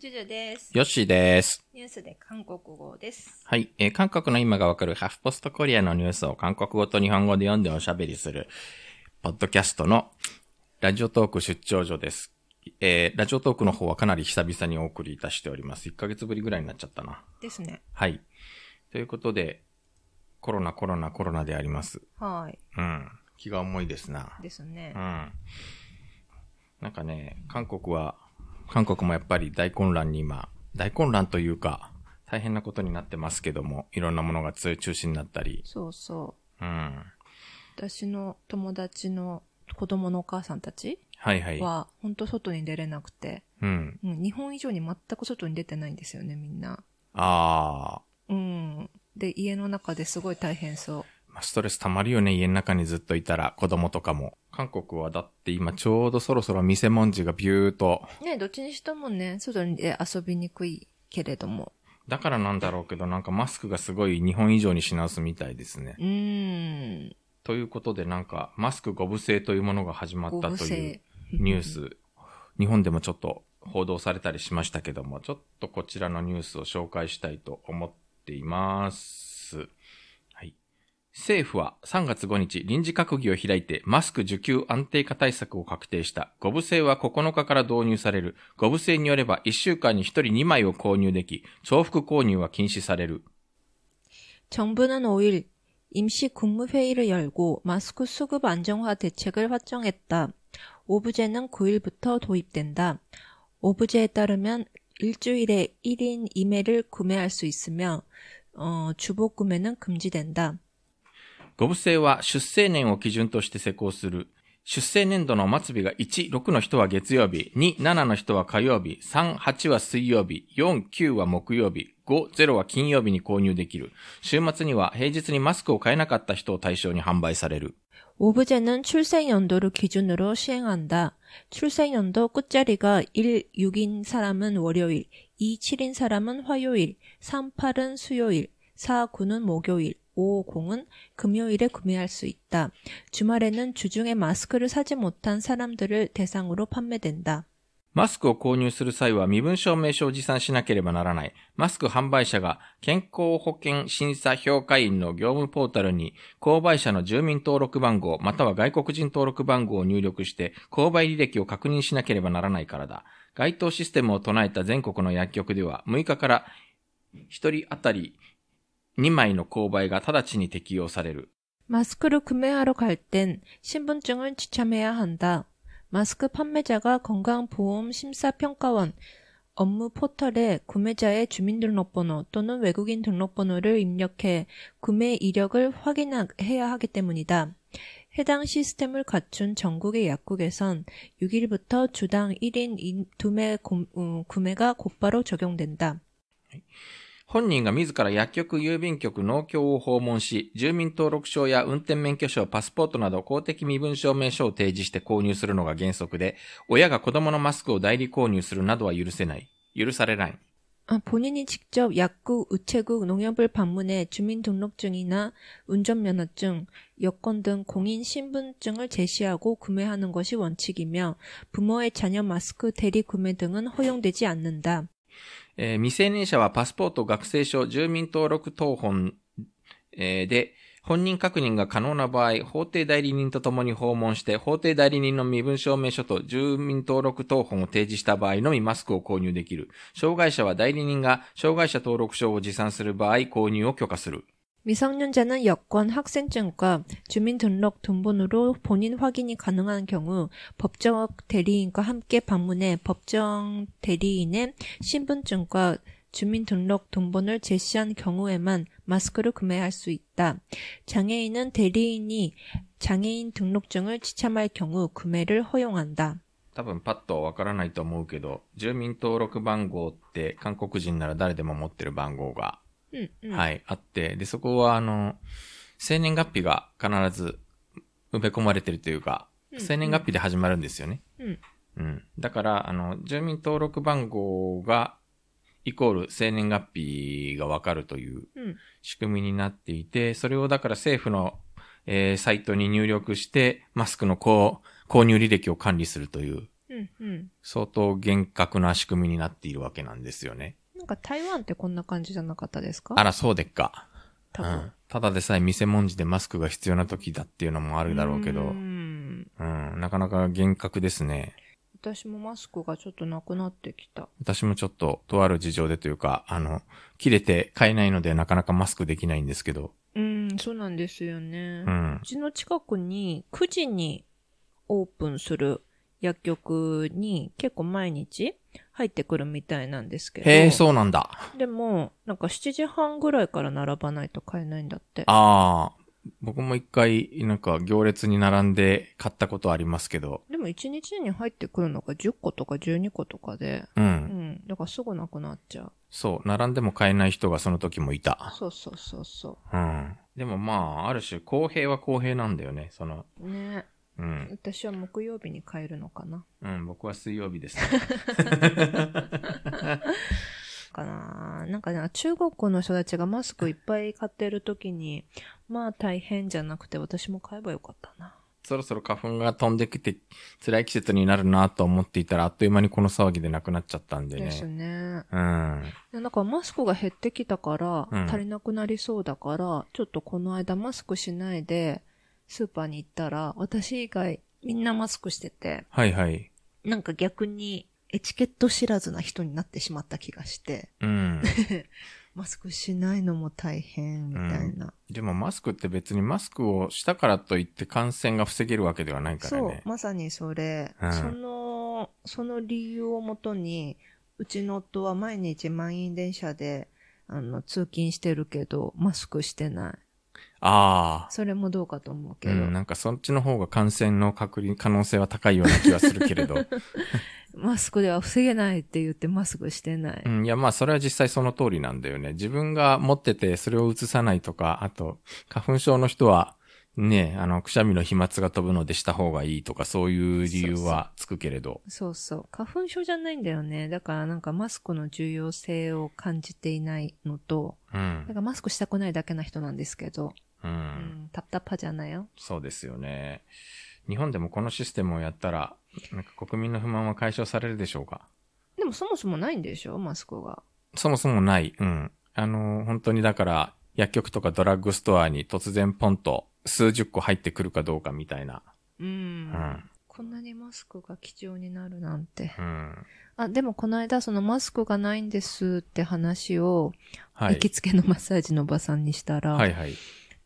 ジュジュです。ヨッシーです。ニュースで韓国語です。はい、えー韓国の今がわかるハフポストコリアのニュースを韓国語と日本語で読んでおしゃべりする、ポッドキャストのラジオトーク出張所です。えーラジオトークの方はかなり久々にお送りいたしております。1ヶ月ぶりぐらいになっちゃったな。ですね。はい。ということで、コロナコロナコロナであります。はい。うん。気が重いですな。ですねう。ん。なんかね、韓国は、韓国もやっぱり大混乱に今、大混乱というか、大変なことになってますけども、いろんなものが中中止になったり、そうそう。うん。私の友達の子供のお母さんたちはいはい。は、ほんと外に出れなくて、うん。うん、日本以上に全く外に出てないんですよね、みんな。あうん。で、家の中ですごい大変そー、まあストレス溜まるよね、家の中にずっといたら、子供とかも。韓国はだって今ちょうどそろそろ店文字がビューと、う。ねどっちにしてもね、外にえ遊びにくいけれども。だからなんだろうけど、なんかマスクがすごい日本以上に品薄みたいですね。うん。ということでなんか、マスクご無制というものが始まったという。ニュース、日本でもちょっと報道されたりしましたけども、ちょっとこちらのニュースを紹介したいと思っています。はい。政府は3月5日臨時閣議を開いてマスク受給安定化対策を確定した。五部制は9日から導入される。五部制によれば1週間に1人2枚を購入でき、重複購入は禁止される。 정부는 5일 임시 국무회의를 열고 마스크 수급 안정화 대책을 확정했다. 오부제는 9일부터 도입된다. 오부제에 따르면 일주일에 1인 2매를 구매할 수 있으며 어, 주복 구매는 금지된다. 五部制は出生年を基準として施行する。出生年度の末日が1、6の人は月曜日、2、7の人は火曜日、3、8は水曜日、4、9は木曜日、5、0は金曜日に購入できる。週末には平日にマスクを買えなかった人を対象に販売される。 오부제는 출생연도를 기준으로 시행한다. 출생연도 끝자리가 1, 6인 사람은 월요일, 2, 7인 사람은 화요일, 3, 8은 수요일, 4, 9는 목요일, 5, 0은 금요일에 구매할 수 있다. 주말에는 주중에 마스크를 사지 못한 사람들을 대상으로 판매된다. マスクを購入する際は身分証明書を持参しなければならない。マスク販売者が健康保険審査評価員の業務ポータルに購買者の住民登録番号または外国人登録番号を入力して購買履歴を確認しなければならないからだ。該当システムを唱えた全国の薬局では6日から1人当たり2枚の購買が直ちに適用される。 마스크를 구매하러 갈 땐 신분증을 지참해야 한다. 마스크 판매자가 건강보험심사평가원 업무 포털에 구매자의 주민등록번호 또는 외국인 등록번호를 입력해 구매 이력을 확인해야 하기 때문이다. 해당 시스템을 갖춘 전국의 약국에선 6일부터 주당 1인 2매 어, 구매가 곧바로 적용된다. 本人が自ら薬局、郵便局、農協を訪問し、住民登録証や運転免許証、パスポートなど公的身分証明書を提示して購入するのが原則で、親が子供のマスクを代理購入するなどは許せない。許されない。 아, 본인이 직접 약국, 우체국, 농협을 방문해 주민등록증이나 운전면허증, 여권 등 공인 신분증을 제시하고 구매하는 것이 원칙이며 부모의 자녀 마스크 대리 구매 등은 허용되지 않는다. えー未成年者はパスポート、学生証、住民登録等本、えーで、本人確認が可能な場合、法定代理人と共に訪問して、法定代理人の身分証明書と住民登録等本を提示した場合のみマスクを購入できる。障害者は代理人が障害者登録証を持参する場合、購入を許可する。 미성년자는 여권, 학생증과 주민등록 등본으로 본인 확인이 가능한 경우 법적 대리인과 함께 방문해 법정 대리인의 신분증과 주민등록 등본을 제시한 경우에만 마스크를 구매할 수 있다. 장애인은 대리인이 장애인 등록증을 지참할 경우 구매를 허용한다. 多分パッとわからないと思うけど、住民登録番号って韓国人なら誰でも持ってる番号が 응, 응. はい、あって、で、そこは、あの、生年月日が必ず埋め込まれてるというか、うん生年月日で始まるんですよね。うん。うん。だから、あの、住民登録番号が、イコール生年月日がわかるという 응. 仕組みになっていて、それをだから政府の、えーサイトに入力して、マスクのこう購入履歴を管理するという 응, うんうん。相当厳格な仕組みになっているわけなんですよね。なんか台湾ってこんな感じじゃなかったですかあら、そうでっか。多う分ん。ただでさえ見せ文字でマスクが必要な時だっていうのもああるだろうけど、 음. うん、なかなか厳格ですね。私もマスクがちょっとなくなってきた。私もちょっと、とある事情でというか、あの、切れて買えないのでなかなかマスクできないんですけど、うん、そうなんですよね。う、うんちの近くに9時にオープンする薬局に結構毎日入ってくるみたいなんですけど。へえ、そうなんだ。でも、なんか7時半ぐらいから並ばないと買えないんだって。ああ、僕も一回、なんか行列に並んで買ったことありますけど、でも1日に入ってくるのが10個とか12個とかで、う、うんん、だからすぐなくなっちゃう。そう、並んでも買えない人がその時もいた。そうそうそうそうん。でもまあ、ある種、公平は公平なんだよね、その、う。ねうん、私は木曜日に買えるのかなうん、僕は水曜日ですね。かななんかね、中国の人たちがマスクいっぱい買ってる時に、まあ大変じゃなくて私も買えばよかったな。そろそろ花粉が飛んできて、辛い季節になるなと思っていたら、あっという間にこの騒ぎでなくなっちゃったんでね。ですね。うん。でなんかマスクが減ってきたから、うん足りなくなりそうだから、ちょっとこの間マスクしないで、スーパーに行ったら、私以外みんなマスクしてて、はいはい。なんか逆にエチケット知らずな人になってしまった気がして、 うん。 マスクしないのも大変みたいな。でもマスクって別にマスクをしたからといって感染が防げるわけではないからそうね、。まさにそれ、うんその、その理由をもとに、うちの夫は毎日満員電車で、あの、通勤してるけど、マスクしてない。ああ。それもどうかと思うけうど。ん、なんかそっちの方が感染の確率、可能性は高いような気はするけれど。マスクでは防げないって言ってマスクしてない。うん、いやまあそれは実際その通りなんだよね。自分が持っててそれを移さないとか、あと、花粉症の人は、ね、あの、くしゃみの飛沫が飛ぶのでした方がいいとか、そういう理由はつくけれど。そうそう。花粉症じゃないんだよね。だからなんかマスクの重要性を感じていないのと、うなんん。かマスクしたくないだけな人なんですけど、う。うんん、タッタッパじゃないよ。そうですよね。日本でもこのシステムをやったら、なんか国民の不満は解消されるでしょうかでもそもそもないんでしょマスクが。そもそもない。うん。あの、本当にだから、薬局とかドラッグストアに突然ポンと数十個入ってくるかどうかみたいな。うん。うん。こんなにマスクが貴重になるなんて。うん。あ、でもこの間そのマスクがないんですって話を、はい。行きつけのマッサージのおばさんにしたら、はいはい。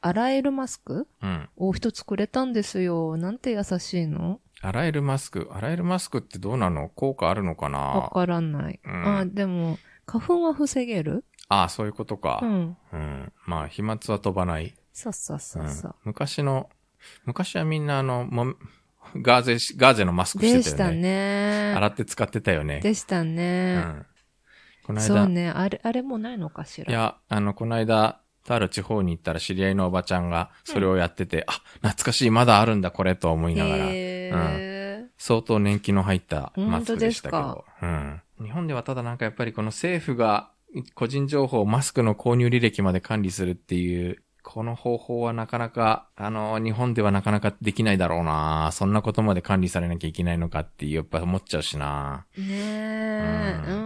洗えるマスクうん。を一つくれたんですよ。なんて優しいの洗えるマスク。洗えるマスクってどうなの効果あるのかわなからない。うんあ、でも、花粉は防げるああ、そういうことか。ううん。ん。まあ、飛沫は飛ばない。そうそうそううんそう。昔の、昔はみんなあの、も、ガーゼし、ガーゼのマスクしてたよでね。したね。洗って使ってたよね。でしたうね。ん。このそう間、ね。あれ、あれもうないのかしら。いや、あの、この間、とある地方に行ったら知り合いのおばちゃんがそれをやってて、あ、懐かしい、まだあるんだ、これ、と思いながら。へー相当年季の入ったマスクでしたけ本ど。うん。日本ではただなんかやっぱりこの政府が個人情報、マスクの購入履歴まで管理するっていう、この方法はなかなか、あの、日本ではなかなかできないだろうなそんなことまで管理されなきゃいけないのかっていう、やっぱ思っちゃうしなねえ。ううー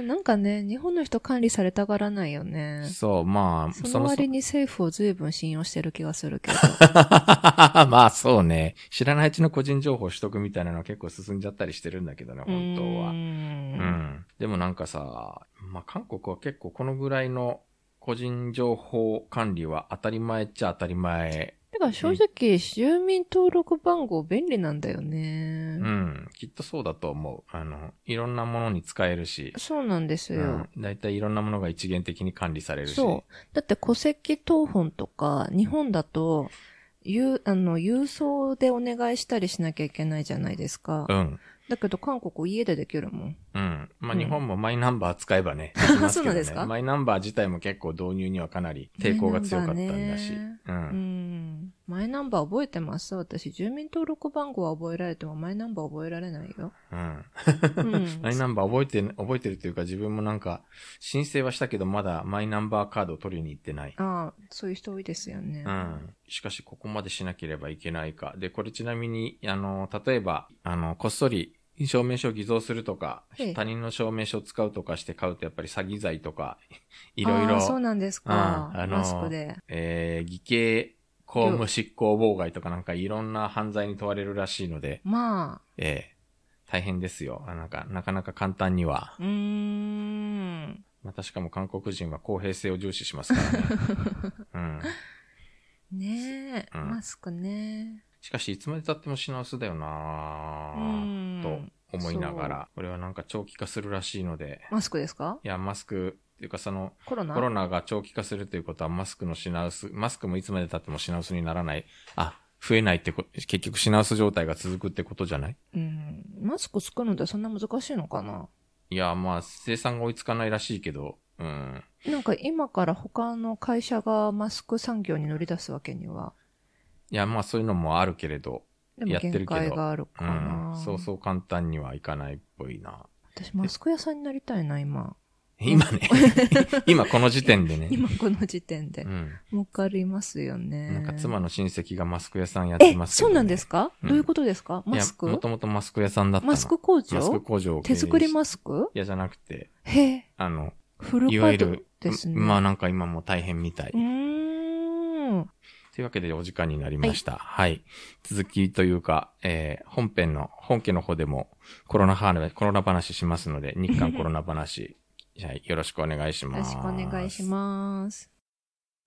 ん。なんかね、日本の人管理されたがらないよね。そう、まあ、そのも割も。に政府を随分信用してる気がするけど。 まあそうね。知らないうちの個人情報取得みたいなのは結構進んじゃったりしてるんだけどね、 本当は。うー。うんん。でもなんかさ、まあ、韓国は結構このぐらいの個人情報管理は当たり前っちゃ当たり前。てか正直、住民登録番号便利なんだよね。うん。きっとそうだと思う。あの、いろんなものに使えるし、そうなんですうよ。ん。だいたいいろんなものが一元的に管理されるし。そう。だって戸籍謄本とか、日本だと、ゆあの、郵送でお願いしたりしなきゃいけないじゃないですか。ん。だけど韓国家でできるもん。うん。まあ、うん日本もマイナンバー使 えばね。できますけどねそうなんですかマイナンバー自体も結構導入にはかなり抵抗が強かったんだし。マイナンうう。んん。マイナンバー覚えてます私、住民登録番号は覚えられてもマイナンバー覚えられないよ。うん。うん マイナンバー覚えてん、覚えてるというか自分もなんか、申請はしたけどまだマイナンバーカードを取りに行ってない。ああ、そういう人多いですよね。うん。しかし、ここまでしなければいけないか。で、これちなみに、あの、例えば、あの、こっそり証明書を偽造するとか、ええ他人の証明書を使うとかして買うとやっぱり詐欺罪とか、いいろいろ、そうなんですか。うんあのマスクで。えー、偽計公務執行妨害とかなんかいろんな犯罪に問われるらしいので、まえー、大変ですよ。あなんか、なかなか簡単にはあ、。うーん。またしかも韓国人は公平性を重視しますからね。 うん。ねえ、うんマスクね。しかし、いつまで経っても品薄だよなうぁーんと思いながら、これはなんか長期化するらしいので、マスクですかいや、マスク、っていうかその、コロナコロナが長期化するということは、マスクの品薄、マスクもいつまで経っても品薄にならない、あ、増えないってこ、結局品薄状態が続くってことじゃないうん。マスク作るのってそんな難しいのかないや、まあ、生産が追いつかないらしいけど、うん。なんか今から他の会社がマスク産業に乗り出すわけには。いや、まあ、そういうのもあるけれど、でもやってるけ限ど界があるかうな。ん。そうそう簡単にはいかないっぽいな。私マスク屋さんになりたいな、今。今ね、今この時点でね。 今この時点でう。ん。儲かりますよね。なんか妻の親戚がマスク屋さんやっえて、ますけそどねうなんですか、うんどういうことですかマスいや、もクともとマスク屋さんだったのマスク工マス場ク工場を経営手し作りマスクいや、じゃなくて、へえ、あの、フルいカわゆードる、ですね。まあなんか今もう大変みたい。うーん。というわけでお時間になりました。はい。続きというか、えー本編の、本家の方でもコロナ話、コロナ話 しますので、日韓コロナ話、はいよろしくお願いしよまろす。しくお願いします。